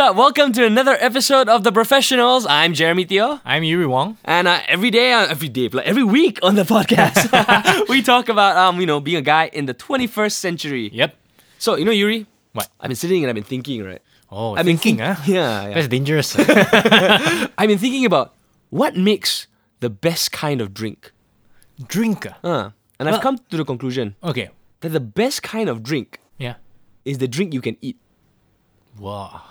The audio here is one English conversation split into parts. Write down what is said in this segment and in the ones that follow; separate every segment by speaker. Speaker 1: up? Welcome to another episode of The Professionals. I'm Jeremy Theo.
Speaker 2: I'm Yuri Wong.
Speaker 1: And uh, every day, uh, every day, like every week on the podcast, we talk about, um, you know, being a guy in the 21st century.
Speaker 2: Yep.
Speaker 1: So, you know, Yuri?
Speaker 2: What?
Speaker 1: I've been sitting and I've been thinking, right?
Speaker 2: Oh,
Speaker 1: I've
Speaker 2: thinking,
Speaker 1: been
Speaker 2: huh?
Speaker 1: think- Yeah, yeah.
Speaker 2: That's dangerous.
Speaker 1: I've been thinking about what makes the best kind of drink.
Speaker 2: Drink.
Speaker 1: Uh, and I've come to the conclusion
Speaker 2: Okay.
Speaker 1: that the best kind of drink
Speaker 2: Yeah.
Speaker 1: is the drink you can eat.
Speaker 2: Wow.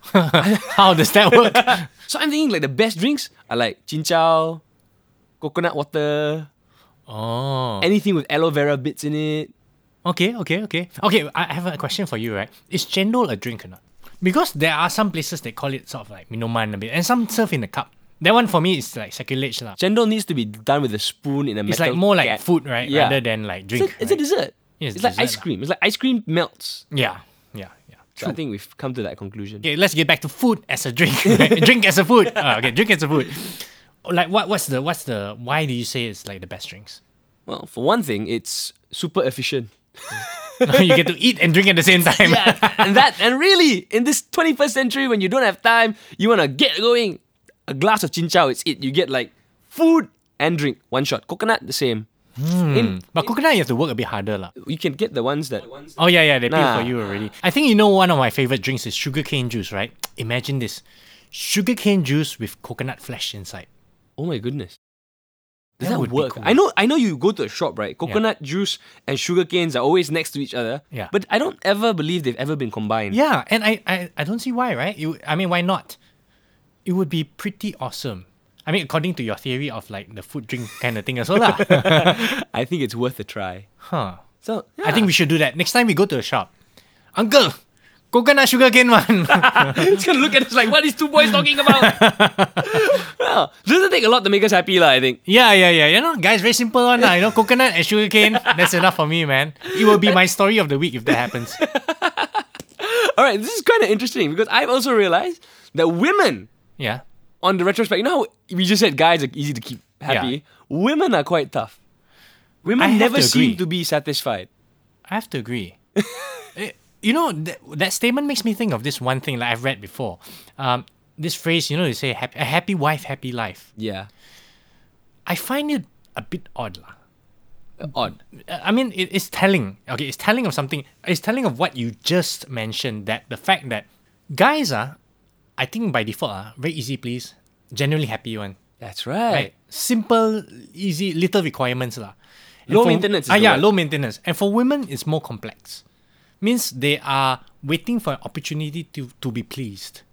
Speaker 2: How does that work?
Speaker 1: So I'm thinking like the best drinks are like chin chow, coconut water,
Speaker 2: oh.
Speaker 1: anything with aloe vera bits in it.
Speaker 2: Okay, okay, okay. Okay, I I have a question for you, right? Is chendol a drink or not? Because there are some places that call it sort of like minoman a bit, and some serve in a cup. That one for me is like sacrilege lah.
Speaker 1: Chendol needs to be done with a spoon in a
Speaker 2: It's
Speaker 1: metal
Speaker 2: like more like
Speaker 1: cat.
Speaker 2: food, right?
Speaker 1: Yeah.
Speaker 2: Rather than like
Speaker 1: It's a,
Speaker 2: drink.
Speaker 1: it's a
Speaker 2: right?
Speaker 1: dessert.
Speaker 2: Yeah, it's
Speaker 1: it's like
Speaker 2: dessert
Speaker 1: ice
Speaker 2: lah.
Speaker 1: cream. It's like ice cream melts.
Speaker 2: Yeah, yeah, yeah.
Speaker 1: So I think we've come to that conclusion.
Speaker 2: Okay, let's get back to food as a drink. right? drink as a food. Ah, okay, drink as a food. Like what? What's the? What's the? Why do you say it's like the best drinks?
Speaker 1: Well, for one thing, it's super efficient.
Speaker 2: you get to eat and drink at the same time.
Speaker 1: and that and really in this 21st century when you don't have time you want to get going a glass of chin chow it's it you get like food and drink one shot coconut the same In-
Speaker 2: Hmm. But coconut, you have to work a bit harder lah.
Speaker 1: you can get the ones that
Speaker 2: Oh yeah, yeah, they pay
Speaker 1: Nah.
Speaker 2: for you already. I think you know one of my favorite drinks is sugarcane juice, right? Imagine this. Sugarcane juice with coconut flesh inside.
Speaker 1: oh my goodness does
Speaker 2: That
Speaker 1: that,
Speaker 2: would be
Speaker 1: work
Speaker 2: cool.
Speaker 1: i know i know you go to a shop right coconut juice and sugar canes are always next to each other
Speaker 2: Yeah.
Speaker 1: but i don't ever believe they've ever been combined
Speaker 2: Yeah, and I, I, I don't see why, right? You, I mean, why not? It would be pretty awesome. I mean, according to your theory of like the food drink kind of thing as well. lah.
Speaker 1: i think it's worth a try
Speaker 2: huh.
Speaker 1: so
Speaker 2: I think we should do that. Next time we go to a shop. Uncle, coconut sugarcane one.
Speaker 1: it's gonna look at us like what these two boys talking about yeah. doesn't take a lot to make us happy lah, i think
Speaker 2: yeah, yeah, yeah. You know, guys, very simple one. lah. You know, coconut and sugarcane. That's enough for me, man. It will be my story of the week if that happens.
Speaker 1: All right, this is kind of interesting because I've also realized that women,
Speaker 2: Yeah.
Speaker 1: on the retrospect, you know how we just said guys are easy to keep happy? Women are quite tough. Women
Speaker 2: I have
Speaker 1: never
Speaker 2: to
Speaker 1: seem
Speaker 2: agree.
Speaker 1: to be satisfied.
Speaker 2: I have to agree. Eh, you know that, that statement makes me think of this one thing that I've read before. Um, this phrase, you know, they say "Hap- a happy wife, happy life.
Speaker 1: Yeah.
Speaker 2: I find it a bit odd, lah.
Speaker 1: Odd.
Speaker 2: Uh, I mean, it, it's telling. Okay, it's telling of something. It's telling of what you just mentioned. That the fact that guys are, I think by default are very easy please, generally happy one.
Speaker 1: That's right.
Speaker 2: Right. Simple, easy, little requirements lah. And
Speaker 1: Low maintenance is
Speaker 2: Ah,
Speaker 1: the
Speaker 2: yeah,
Speaker 1: word.
Speaker 2: low maintenance. And for women, it's more complex. Means they are waiting for an opportunity to, to be pleased.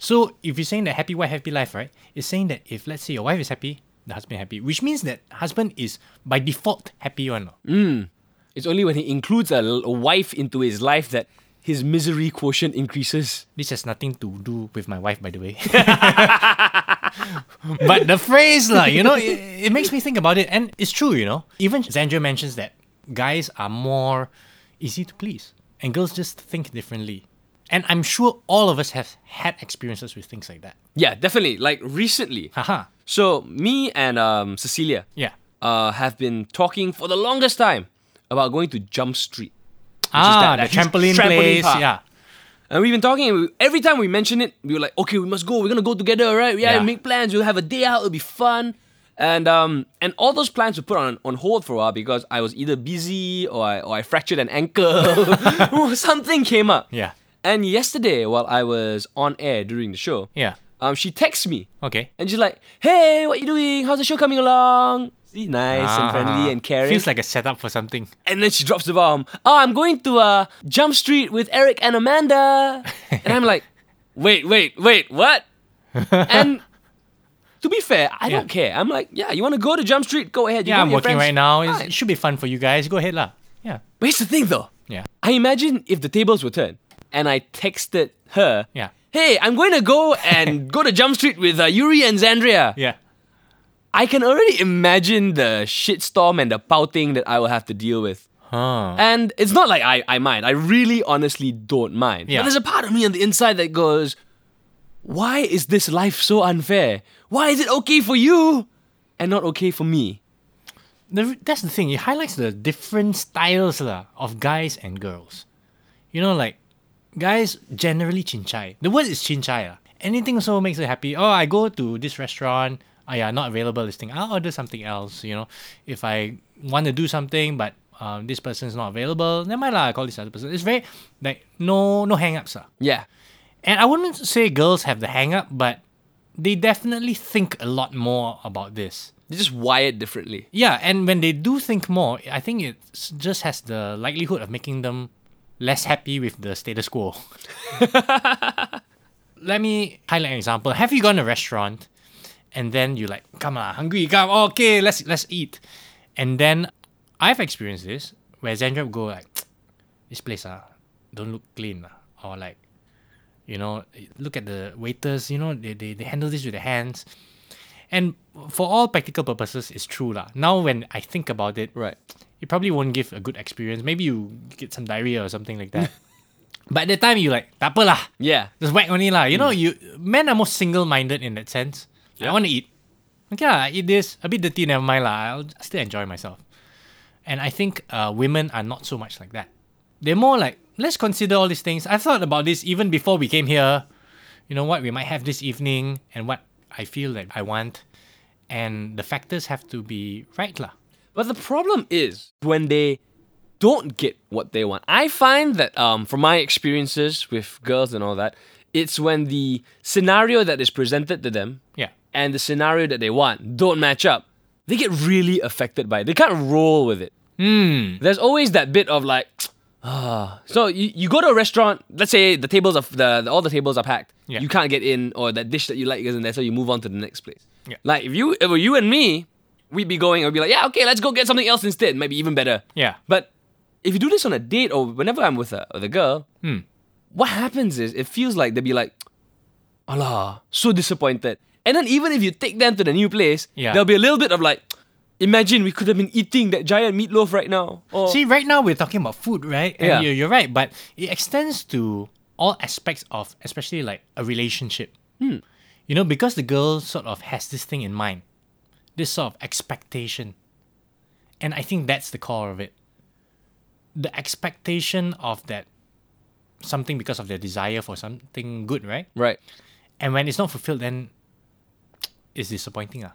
Speaker 2: So if you're saying that happy wife, happy life, right? It's saying that if let's say your wife is happy, the husband happy, which means that husband is by default happy one. lah.
Speaker 1: It's only when he includes a, l- a wife into his life that his misery quotient increases.
Speaker 2: This has nothing to do with my wife, by the way. but the phrase, lah, you know, it, it makes me think about it. And it's true, you know. Even Zandra mentions that guys are more easy to please and girls just think differently. And I'm sure all of us have had experiences with things like that.
Speaker 1: Yeah, definitely. Like recently.
Speaker 2: Haha.
Speaker 1: So, me and um, Cecilia
Speaker 2: Yeah.
Speaker 1: uh, have been talking for the longest time about going to Jump Street.
Speaker 2: ah,
Speaker 1: that- that
Speaker 2: the
Speaker 1: huge
Speaker 2: trampoline,
Speaker 1: trampoline
Speaker 2: place.
Speaker 1: park.
Speaker 2: Yeah.
Speaker 1: And we've been talking, and we, every time we mention it, we were like, okay, we must go, we're gonna go together, right? Yeah,
Speaker 2: Yeah.
Speaker 1: make plans, we'll have a day out, it'll be fun. And um and all those plans were put on on hold for a while because I was either busy or I or I fractured an ankle or something came up.
Speaker 2: Yeah.
Speaker 1: And yesterday, while I was on air during the show,
Speaker 2: Yeah.
Speaker 1: um, she texts me
Speaker 2: Okay.
Speaker 1: and she's like, Hey, what you doing? How's the show coming along? See, nice and friendly
Speaker 2: Ah,
Speaker 1: and caring.
Speaker 2: Feels like a setup for something.
Speaker 1: And then she drops the bomb. Oh, I'm going to uh, Jump Street with Eric and Amanda. And I'm like, wait, wait, wait, what? And to be fair, I don't care. I'm like, yeah, you want to go to Jump Street? Go ahead. You
Speaker 2: Yeah,
Speaker 1: go
Speaker 2: I'm
Speaker 1: with
Speaker 2: working
Speaker 1: your friends. Ah,
Speaker 2: right now. It's,
Speaker 1: Fine.
Speaker 2: it should be fun for you guys. Go ahead, lah. Yeah.
Speaker 1: But here's the thing, though.
Speaker 2: Yeah.
Speaker 1: I imagine if the tables were turned and I texted her,
Speaker 2: Yeah.
Speaker 1: hey, I'm going to go and go to Jump Street with uh, Yuri and Zandria.
Speaker 2: Yeah.
Speaker 1: I can already imagine the shitstorm and the pouting that I will have to deal with.
Speaker 2: Huh.
Speaker 1: And it's not like I, I mind. I really honestly don't mind.
Speaker 2: Yeah.
Speaker 1: But there's a part of me on the inside that goes, why is this life so unfair? Why is it okay for you and not okay for me?
Speaker 2: the, that's the thing. It highlights the different styles lah of guys and girls. You know, like guys generally chinchai. The word is chinchai. lah. Anything so makes it happy. Oh, I go to this restaurant. Ah, yeah, not available this thing. I'll order something else. You know, if I want to do something, but um, this person's not available. Never mind lah. I call this other person. It's very like no no hang ups lah.
Speaker 1: Yeah.
Speaker 2: And I wouldn't say girls have the hang up, but they definitely think a lot more about this.
Speaker 1: They're just wired differently.
Speaker 2: Yeah, and when they do think more, I think it just has the likelihood of making them less happy with the status quo. Let me highlight an example. Have you gone to a restaurant and then you're like, come on, hungry, come, oh, okay, let's let's eat. And then I've experienced this where Zandra would go like, this place ah, don't look clean. ah," Or like, you know, look at the waiters, you know, they, they, they handle this with their hands. And for all practical purposes, it's true lah. Now when I think about it,
Speaker 1: Right.
Speaker 2: it probably won't give a good experience. Maybe you get some diarrhea or something like that. but at the time, you like, tak apa lah.
Speaker 1: Yeah.
Speaker 2: Just whack only lah. You know, you men are more single-minded in that sense. I want to eat. Okay lah, I eat this. A bit dirty, never mind lah. I'll still enjoy myself. And I think uh, women are not so much like that. They're more like, let's consider all these things. I thought about this even before we came here. You know what we might have this evening and what I feel that I want. And the factors have to be right lah.
Speaker 1: But the problem is when they don't get what they want. I find that um, from my experiences with girls and all that, it's when the scenario that is presented to them
Speaker 2: Yeah.
Speaker 1: and the scenario that they want don't match up, they get really affected by it. They can't roll with it.
Speaker 2: Hmm.
Speaker 1: There's always that bit of like, ah. So you, you go to a restaurant, let's say the tables are, the, the- all the tables are packed.
Speaker 2: Yeah.
Speaker 1: You can't get in or that dish that you like isn't there, so you move on to the next place.
Speaker 2: Yeah.
Speaker 1: Like if you if it were you and me, we'd be going, I'd be like, yeah, okay, let's go get something else instead. Maybe even better.
Speaker 2: Yeah.
Speaker 1: But if you do this on a date or whenever I'm with a, with a girl, what happens is it feels like they'll be like, Allah, so disappointed. And then even if you take them to the new place,
Speaker 2: Yeah.
Speaker 1: there'll be a little bit of like, imagine we could have been eating that giant meatloaf right now. Or,
Speaker 2: See, right now we're talking about food, right? And
Speaker 1: Yeah.
Speaker 2: You're, you're right, but it extends to all aspects of, especially like a relationship.
Speaker 1: Hmm.
Speaker 2: You know, because the girl sort of has this thing in mind, this sort of expectation. And I think that's the core of it. The expectation of that something because of their desire for something good, right?
Speaker 1: right.
Speaker 2: And when it's not fulfilled, then it's disappointing. Ah.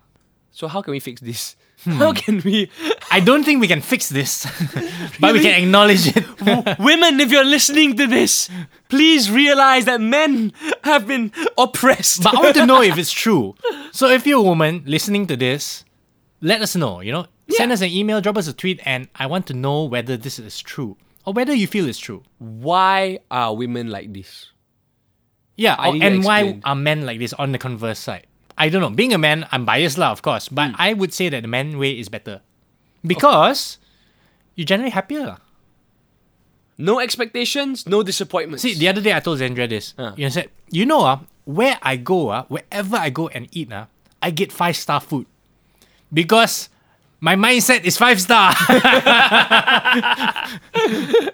Speaker 1: So how can we fix this?
Speaker 2: Hmm.
Speaker 1: How can we,
Speaker 2: I don't think we can fix this, but we
Speaker 1: Really?
Speaker 2: can acknowledge it.
Speaker 1: women, if you're listening to this, please realize that men have been oppressed.
Speaker 2: But I want to know if it's true. So if you're a woman listening to this, let us know, you know? Send
Speaker 1: Yeah.
Speaker 2: us an email, drop us a tweet, and I want to know whether this is true or whether you feel it's true.
Speaker 1: Why are women like this?
Speaker 2: Yeah,
Speaker 1: I
Speaker 2: or-
Speaker 1: need to
Speaker 2: and why
Speaker 1: explain.
Speaker 2: are men like this on the converse side? I don't know. Being a man, I'm biased, lah, of course,
Speaker 1: Hmm.
Speaker 2: but I would say that the man way is better because you're generally happier. lah.
Speaker 1: No expectations, no disappointments.
Speaker 2: See, the other day I told Zandra this. You know, said, you know, uh, where I go, uh, wherever I go and eat, uh, I get five star food because my mindset is five star.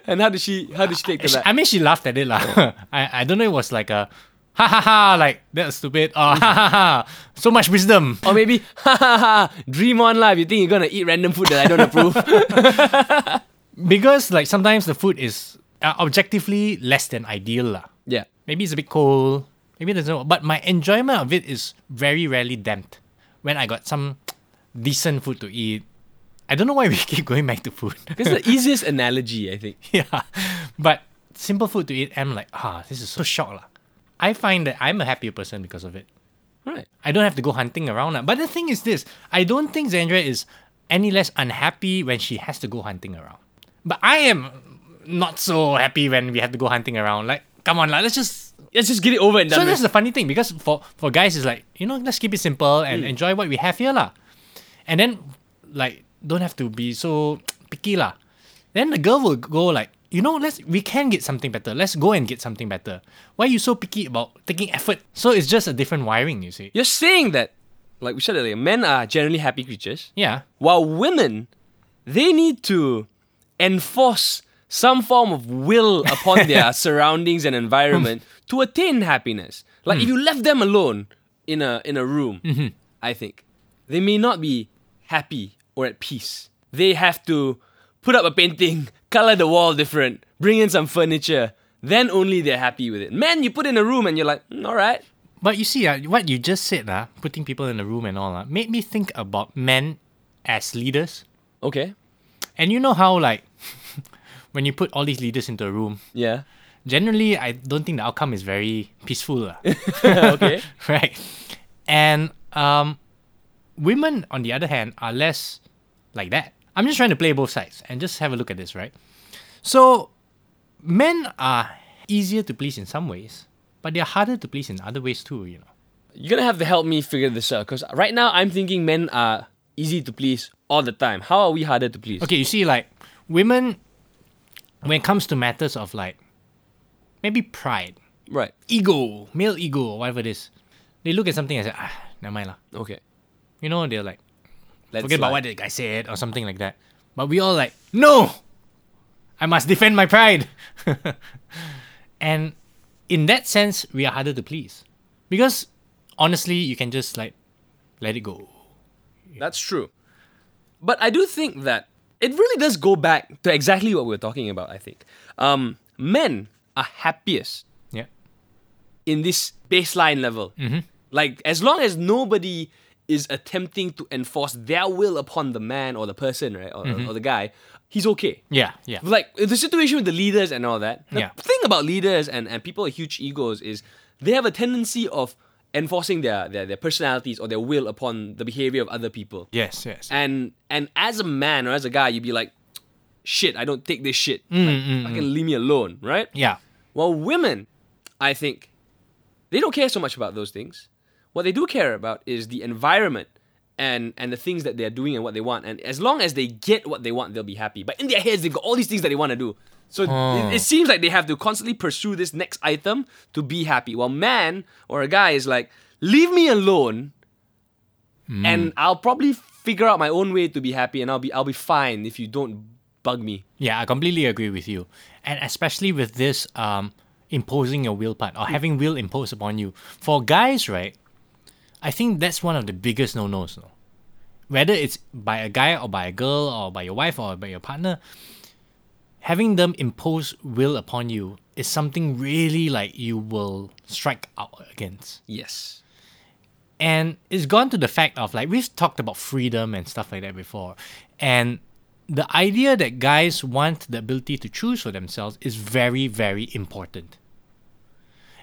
Speaker 1: and how did she? How did she take to that?
Speaker 2: I mean, she laughed at it, lah. I, I don't know. It was like a ha ha ha, like that's stupid. Or ha ha ha, so much wisdom.
Speaker 1: Or maybe, ha ha ha, dream on life. You think you're gonna eat random food that I don't approve?
Speaker 2: Because like sometimes the food is uh, objectively less than ideal, lah.
Speaker 1: yeah.
Speaker 2: Maybe it's a bit cold. Maybe there's no. But my enjoyment of it is very rarely damped. When I got some decent food to eat, I don't know why we keep going back to food.
Speaker 1: This is the easiest analogy, I think.
Speaker 2: yeah, but simple food to eat, I'm like, ah, this is so shock lah. I find that I'm a happier person because of it.
Speaker 1: Right.
Speaker 2: I don't have to go hunting around. lah. But the thing is this, I don't think Zandra is any less unhappy when she has to go hunting around. But I am not so happy when we have to go hunting around. Like, come on, lah, let's just
Speaker 1: Let's just get it over and done.
Speaker 2: so that's
Speaker 1: with.
Speaker 2: the funny thing because for for guys it's like you know let's keep it simple and enjoy what we have here lah, and then like don't have to be so picky lah. Then the girl will go like you know let's we can get something better. Let's go and get something better. Why are you so picky about taking effort? So it's just a different wiring, you see.
Speaker 1: You're saying that, like we said earlier, men are generally happy creatures,
Speaker 2: Yeah.
Speaker 1: while women, they need to enforce some form of will upon their surroundings and environment to attain happiness. Like if you left them alone in a in a room, I think they may not be happy or at peace. They have to put up a painting, color the wall different, bring in some furniture. Then only they're happy with it. Men, you put in a room and you're like, "Mm, all right.
Speaker 2: But you see, uh, what you just said, uh, putting people in a room and all, uh, made me think about men as leaders.
Speaker 1: Okay.
Speaker 2: And you know how, like, when you put all these leaders into a room,
Speaker 1: Yeah.
Speaker 2: generally, I don't think the outcome is very peaceful. ah.
Speaker 1: okay.
Speaker 2: right? And um, women, on the other hand, are less like that. I'm just trying to play both sides and just have a look at this, right? So, men are easier to please in some ways, but they're harder to please in other ways too, you know.
Speaker 1: You're going to have to help me figure this out because right now I'm thinking men are easy to please all the time. How are we harder to please?
Speaker 2: Okay, you see, like, women, when it comes to matters of like maybe pride,
Speaker 1: Right.
Speaker 2: ego, male ego, or whatever it is, they look at something and say, ah, never mind. lah."
Speaker 1: Okay.
Speaker 2: You know, they're like,
Speaker 1: Let's
Speaker 2: forget about
Speaker 1: slide.
Speaker 2: what the guy said or something like that. But we all like, no, I must defend my pride. and in that sense, we are harder to please because honestly, you can just like let it go.
Speaker 1: That's true. But I do think that it really does go back to exactly what we were talking about, I think. Um, men are happiest
Speaker 2: Yeah,
Speaker 1: in this baseline level.
Speaker 2: Mm-hmm.
Speaker 1: Like, as long as nobody is attempting to enforce their will upon the man or the person, right, or,
Speaker 2: Mm-hmm.
Speaker 1: or the guy, he's okay.
Speaker 2: yeah, yeah.
Speaker 1: Like, the situation with the leaders and all that. The
Speaker 2: Yeah.
Speaker 1: thing about leaders and, and people with huge egos is they have a tendency of enforcing their, their, their personalities or their will upon the behavior of other people
Speaker 2: Yes, yes.
Speaker 1: and and as a man or as a guy, you'd be like, shit, I don't take this shit. like, fucking leave me alone, right?
Speaker 2: yeah,
Speaker 1: Well, women, I think, they don't care so much about those things. What they do care about is the environment and and the things that they're doing and what they want. And as long as they get what they want, they'll be happy. But in their heads, they've got all these things that they want to do. So it- it, seems like they have to constantly pursue this next item to be happy. While man or a guy is like, leave me alone, and I'll probably figure out my own way to be happy, and I'll be I'll be fine if you don't bug me.
Speaker 2: yeah. I completely agree with you, and especially with this um imposing your will part or having will imposed upon you for guys, right? I think that's one of the biggest no nos. No? Whether it's by a guy or by a girl or by your wife or by your partner, having them impose will upon you is something really like you will strike out against.
Speaker 1: Yes.
Speaker 2: And it's gone to the fact of like we've talked about freedom and stuff like that before. And the idea that guys want the ability to choose for themselves is very, very important.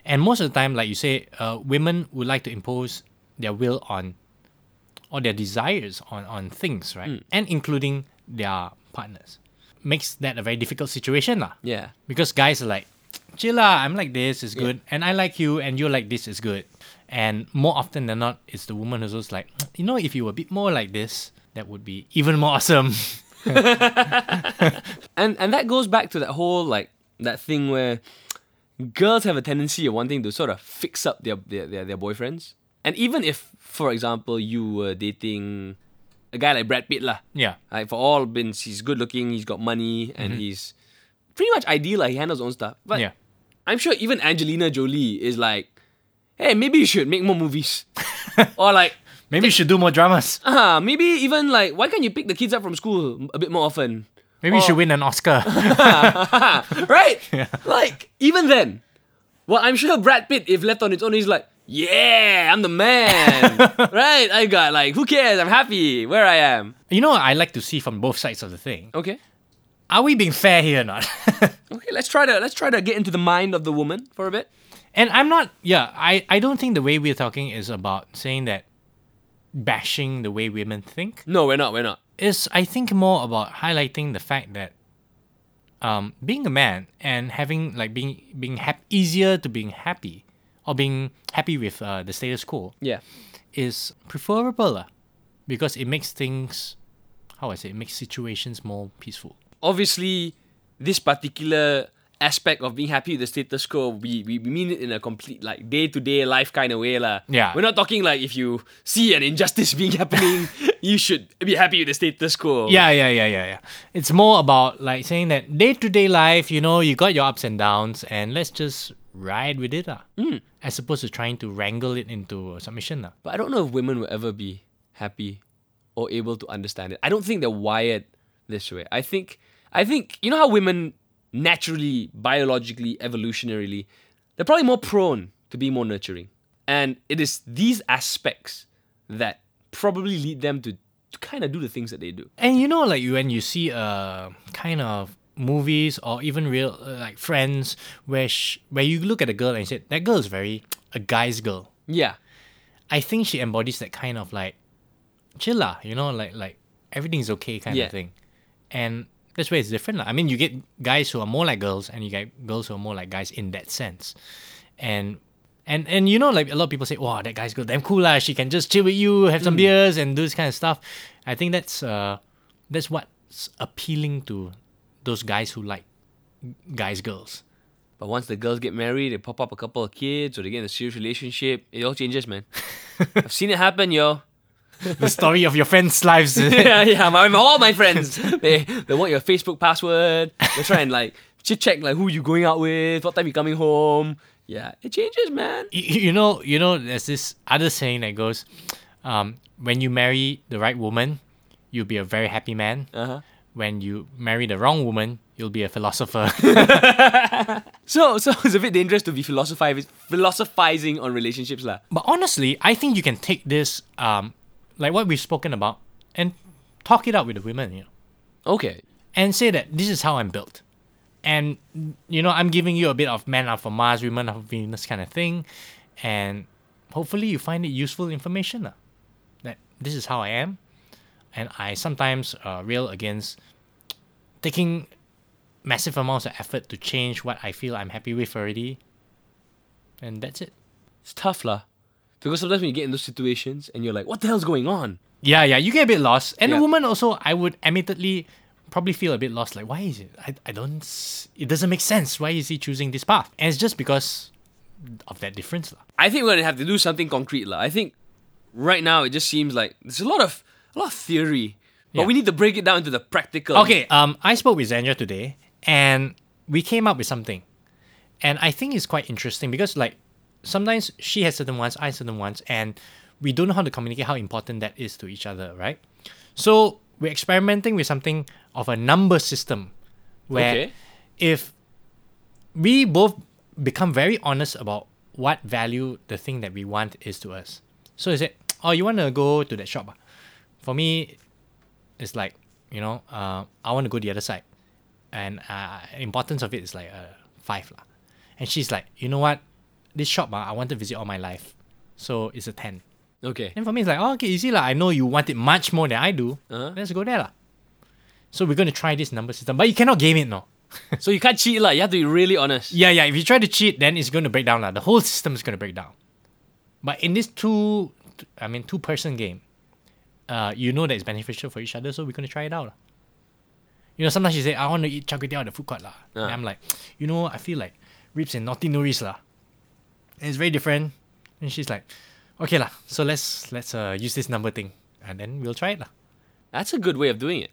Speaker 2: And most of the time, like you say, uh, women would like to impose their will on or their desires on, on things, right? And including their partners. Makes that a very difficult situation. lah.
Speaker 1: Yeah.
Speaker 2: Because guys are like, chill lah, I'm like this, it's good. And I like you, and you're like this, it's good. And more often than not, it's the woman who's also like, you know, if you were a bit more like this, that would be even more awesome.
Speaker 1: and and that goes back to that whole like that thing where girls have a tendency of wanting to sort of fix up their their, their, their boyfriends. And even if, for example, you were dating a guy like Brad Pitt lah,
Speaker 2: yeah.
Speaker 1: like for all bins, he's good looking, he's got money, and he's pretty much ideal. Like he handles his own stuff. But
Speaker 2: Mm-hmm. Yeah.
Speaker 1: I'm sure even Angelina Jolie is like, hey, maybe you should make more movies, or like,
Speaker 2: Maybe you should do more dramas.
Speaker 1: ah, maybe even like, why can't you pick the kids up from school a bit more often?
Speaker 2: Maybe you should win an Oscar.
Speaker 1: right? Like, even then, well, I'm sure Brad Pitt, if left on its own, he's like, yeah, I'm the man. right? I got like, who cares? I'm happy where I am.
Speaker 2: you know what I like to see from both sides of the thing?
Speaker 1: Okay.
Speaker 2: Are we being fair here or not?
Speaker 1: Okay, let's try to let's try to get into the mind of the woman for a bit.
Speaker 2: and I'm not, yeah, I, I don't think the way we're talking is about saying that bashing the way women think.
Speaker 1: No, we're not, we're not.
Speaker 2: is I think more about highlighting the fact that um, being a man and having like being being hap- easier to being happy or being happy with uh, the status quo
Speaker 1: Yeah.
Speaker 2: is preferable lah, because it makes things how I say it makes situations more peaceful.
Speaker 1: Obviously, this particular aspect of being happy with the status quo, we, we we mean it in a complete like day-to-day life kind of way. lah.
Speaker 2: Yeah.
Speaker 1: We're not talking like if you see an injustice being happening, you should be happy with the status quo.
Speaker 2: Yeah, yeah, yeah, yeah, yeah. It's more about like saying that day to day life, you know, you got your ups and downs, and let's just ride with it, lah. as opposed to trying to wrangle it into a submission. lah.
Speaker 1: But I don't know if women will ever be happy or able to understand it. I don't think they're wired this way. I think I think you know how women naturally, biologically, evolutionarily, they're probably more prone to be more nurturing. And it is these aspects that probably lead them to, to kind of do the things that they do.
Speaker 2: And you know, like you- when you see uh kind of movies or even real uh, like Friends, where sh- where you look at a girl and you say that girl is very a guy's girl.
Speaker 1: Yeah.
Speaker 2: I think she embodies that kind of like chill lah, you know, like like everything's okay kind
Speaker 1: Yeah.
Speaker 2: of thing. And that's where it's different. lah. I mean you get guys who are more like girls and you get girls who are more like guys in that sense. And and and you know like a lot of people say, Wow, that guy's good, damn cool lah, she can just chill with you, have some beers and do this kind of stuff. I think that's uh that's what's appealing to those guys who like guys girls.
Speaker 1: But once the girls get married, they pop up a couple of kids or they get in a serious relationship, it all changes, man. I've seen it happen, yo.
Speaker 2: The story of your friends' lives.
Speaker 1: yeah, yeah. My, my- all my friends, they, they want your Facebook password. They try and like chit check like who you going out with, what time you coming home. Yeah, it changes, man.
Speaker 2: you, you know, you know, there's this other saying that goes, um, when you marry the right woman, you'll be a very happy man.
Speaker 1: Uh huh.
Speaker 2: When you marry the wrong woman, you'll be a philosopher.
Speaker 1: So, so it's a bit dangerous to be philosophiz- philosophizing on relationships, lah.
Speaker 2: but honestly, I think you can take this, um, like what we've spoken about, and talk it out with the women, you know,
Speaker 1: Okay.
Speaker 2: and say that this is how I'm built. And you know, I'm giving you a bit of men are for Mars, women are for Venus kind of thing, and hopefully you find it useful information. lah. that this is how I am, and I sometimes uh, rail against taking massive amounts of effort to change what I feel I'm happy with already. And that's it.
Speaker 1: It's tough, lah. Because sometimes when you get in those situations and you're like, what the hell's going on?
Speaker 2: Yeah, yeah, you get a bit lost, and
Speaker 1: Yeah.
Speaker 2: the woman also, I would admittedly probably feel a bit lost. Like, why is it? I, I don't. s- It doesn't make sense. Why is he choosing this path? And it's just because of that difference, lah.
Speaker 1: I think we're gonna have to do something concrete, lah. I think right now it just seems like there's a lot of a lot of theory, but
Speaker 2: Yeah.
Speaker 1: we need to break it down into the practical.
Speaker 2: Okay, um, I spoke with Zanja today, and we came up with something, and I think it's quite interesting because like sometimes she has certain ones, I have certain ones, and we don't know how to communicate how important that is to each other, right? So we're experimenting with something of a number system, where
Speaker 1: Okay.
Speaker 2: if we both become very honest about what value the thing that we want is to us. So is it, oh, you want to go to that shop? ah? For me, it's like you know uh, I want to go the other side, and uh, importance of it is like uh, five lah. And she's like, you know what, this shop ah, I want to visit all my life, so it's a ten.
Speaker 1: Okay.
Speaker 2: Then for me it's like, oh, okay, easy lah. I know you want it much more than I do. Let's go there lah. So we're gonna try this number system, but you cannot game it no.
Speaker 1: So you can't cheat, lah. You have to be really honest.
Speaker 2: Yeah, yeah. If you try to cheat, then it's going to break down lah. The whole system is going to break down. But in this two, I mean, two person game, uh, you know that it's beneficial for each other, so we're going to try it out. lah. You know, sometimes you say, I want to eat char kway teow at the food court lah. And
Speaker 1: Ah.
Speaker 2: I'm like, you know, I feel like ribs and naughty nourish lah. And it's very different. And she's like, okay lah, so let's let's uh, use this number thing. And then we'll try it lah.
Speaker 1: That's a good way of doing it.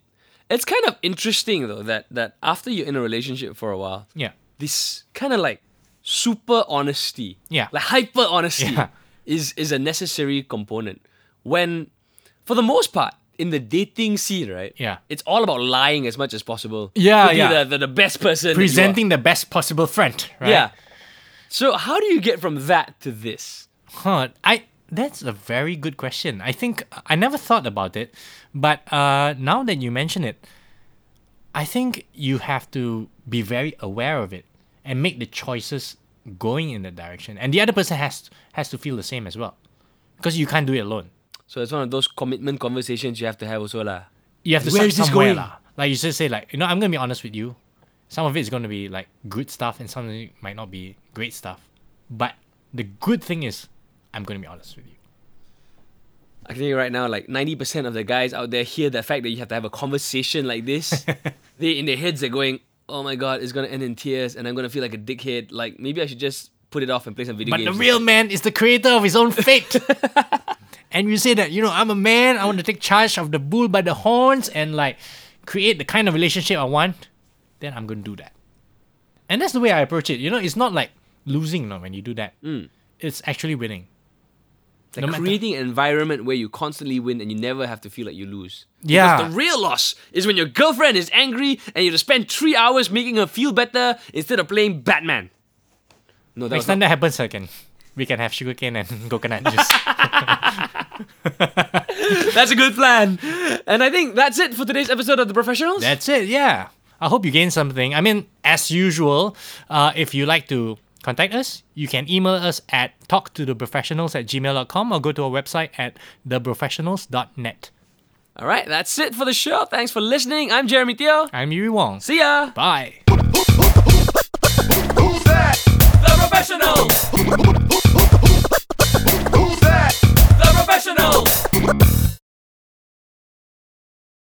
Speaker 1: It's kind of interesting though that that after you're in a relationship for a while,
Speaker 2: Yeah.
Speaker 1: this kind of like super honesty,
Speaker 2: Yeah.
Speaker 1: like hyper honesty,
Speaker 2: Yeah.
Speaker 1: is is a necessary component. When, for the most part, in the dating scene, right?
Speaker 2: Yeah.
Speaker 1: it's all about lying as much as possible.
Speaker 2: Yeah,
Speaker 1: to be
Speaker 2: yeah.
Speaker 1: The, the, the best person. that you are.
Speaker 2: Presenting the best possible front, right?
Speaker 1: Yeah. So how do you get from that to this?
Speaker 2: Huh. I that's a very good question. I think I never thought about it, but uh, now that you mention it, I think you have to be very aware of it and make the choices going in that direction, and the other person has has to feel the same as well, because you can't do it alone.
Speaker 1: So it's one of those commitment conversations you have to have also lah.
Speaker 2: You have to
Speaker 1: Where
Speaker 2: start
Speaker 1: is this
Speaker 2: somewhere
Speaker 1: going?
Speaker 2: lah. Like you just say like you know I'm gonna be honest with you. Some of it is gonna be like good stuff, and some of it might not be great stuff. But the good thing is, I'm gonna be honest with you.
Speaker 1: I can tell you right now, like 90% of the guys out there hear the fact that you have to have a conversation like this. they in their heads they're going, Oh my god, it's gonna end in tears and I'm gonna feel like a dickhead. Like maybe I should just put it off and play some video
Speaker 2: But
Speaker 1: games.
Speaker 2: the real man is the creator of his own fate. and you say that, you know, I'm a man, I want to take charge of the bull by the horns and like create the kind of relationship I want, then I'm going to do that. And that's the way I approach it. You know, it's not like losing you know, when you do that,
Speaker 1: Mm.
Speaker 2: it's actually winning.
Speaker 1: like
Speaker 2: no matter-
Speaker 1: creating an environment where you constantly win and you never have to feel like you lose.
Speaker 2: Yeah.
Speaker 1: The real loss is when your girlfriend is angry and you have to spend three hours making her feel better instead of playing Batman. No, that
Speaker 2: Next
Speaker 1: was
Speaker 2: time
Speaker 1: not-
Speaker 2: that happens, I can we can have sugarcane and coconut juice.
Speaker 1: that's a good plan. And I think that's it for today's episode of The Professionals.
Speaker 2: That's it. Yeah. I hope you gained something. I mean, as usual, uh, if you like to contact us, you can email us at talktotheprofessionals at gmail.com or go to our website at theprofessionals.net.
Speaker 1: All right, that's it for the show. Thanks for listening. I'm Jeremy Teo.
Speaker 2: I'm Yuri Wong.
Speaker 1: See ya.
Speaker 2: Bye.
Speaker 1: The Professionals.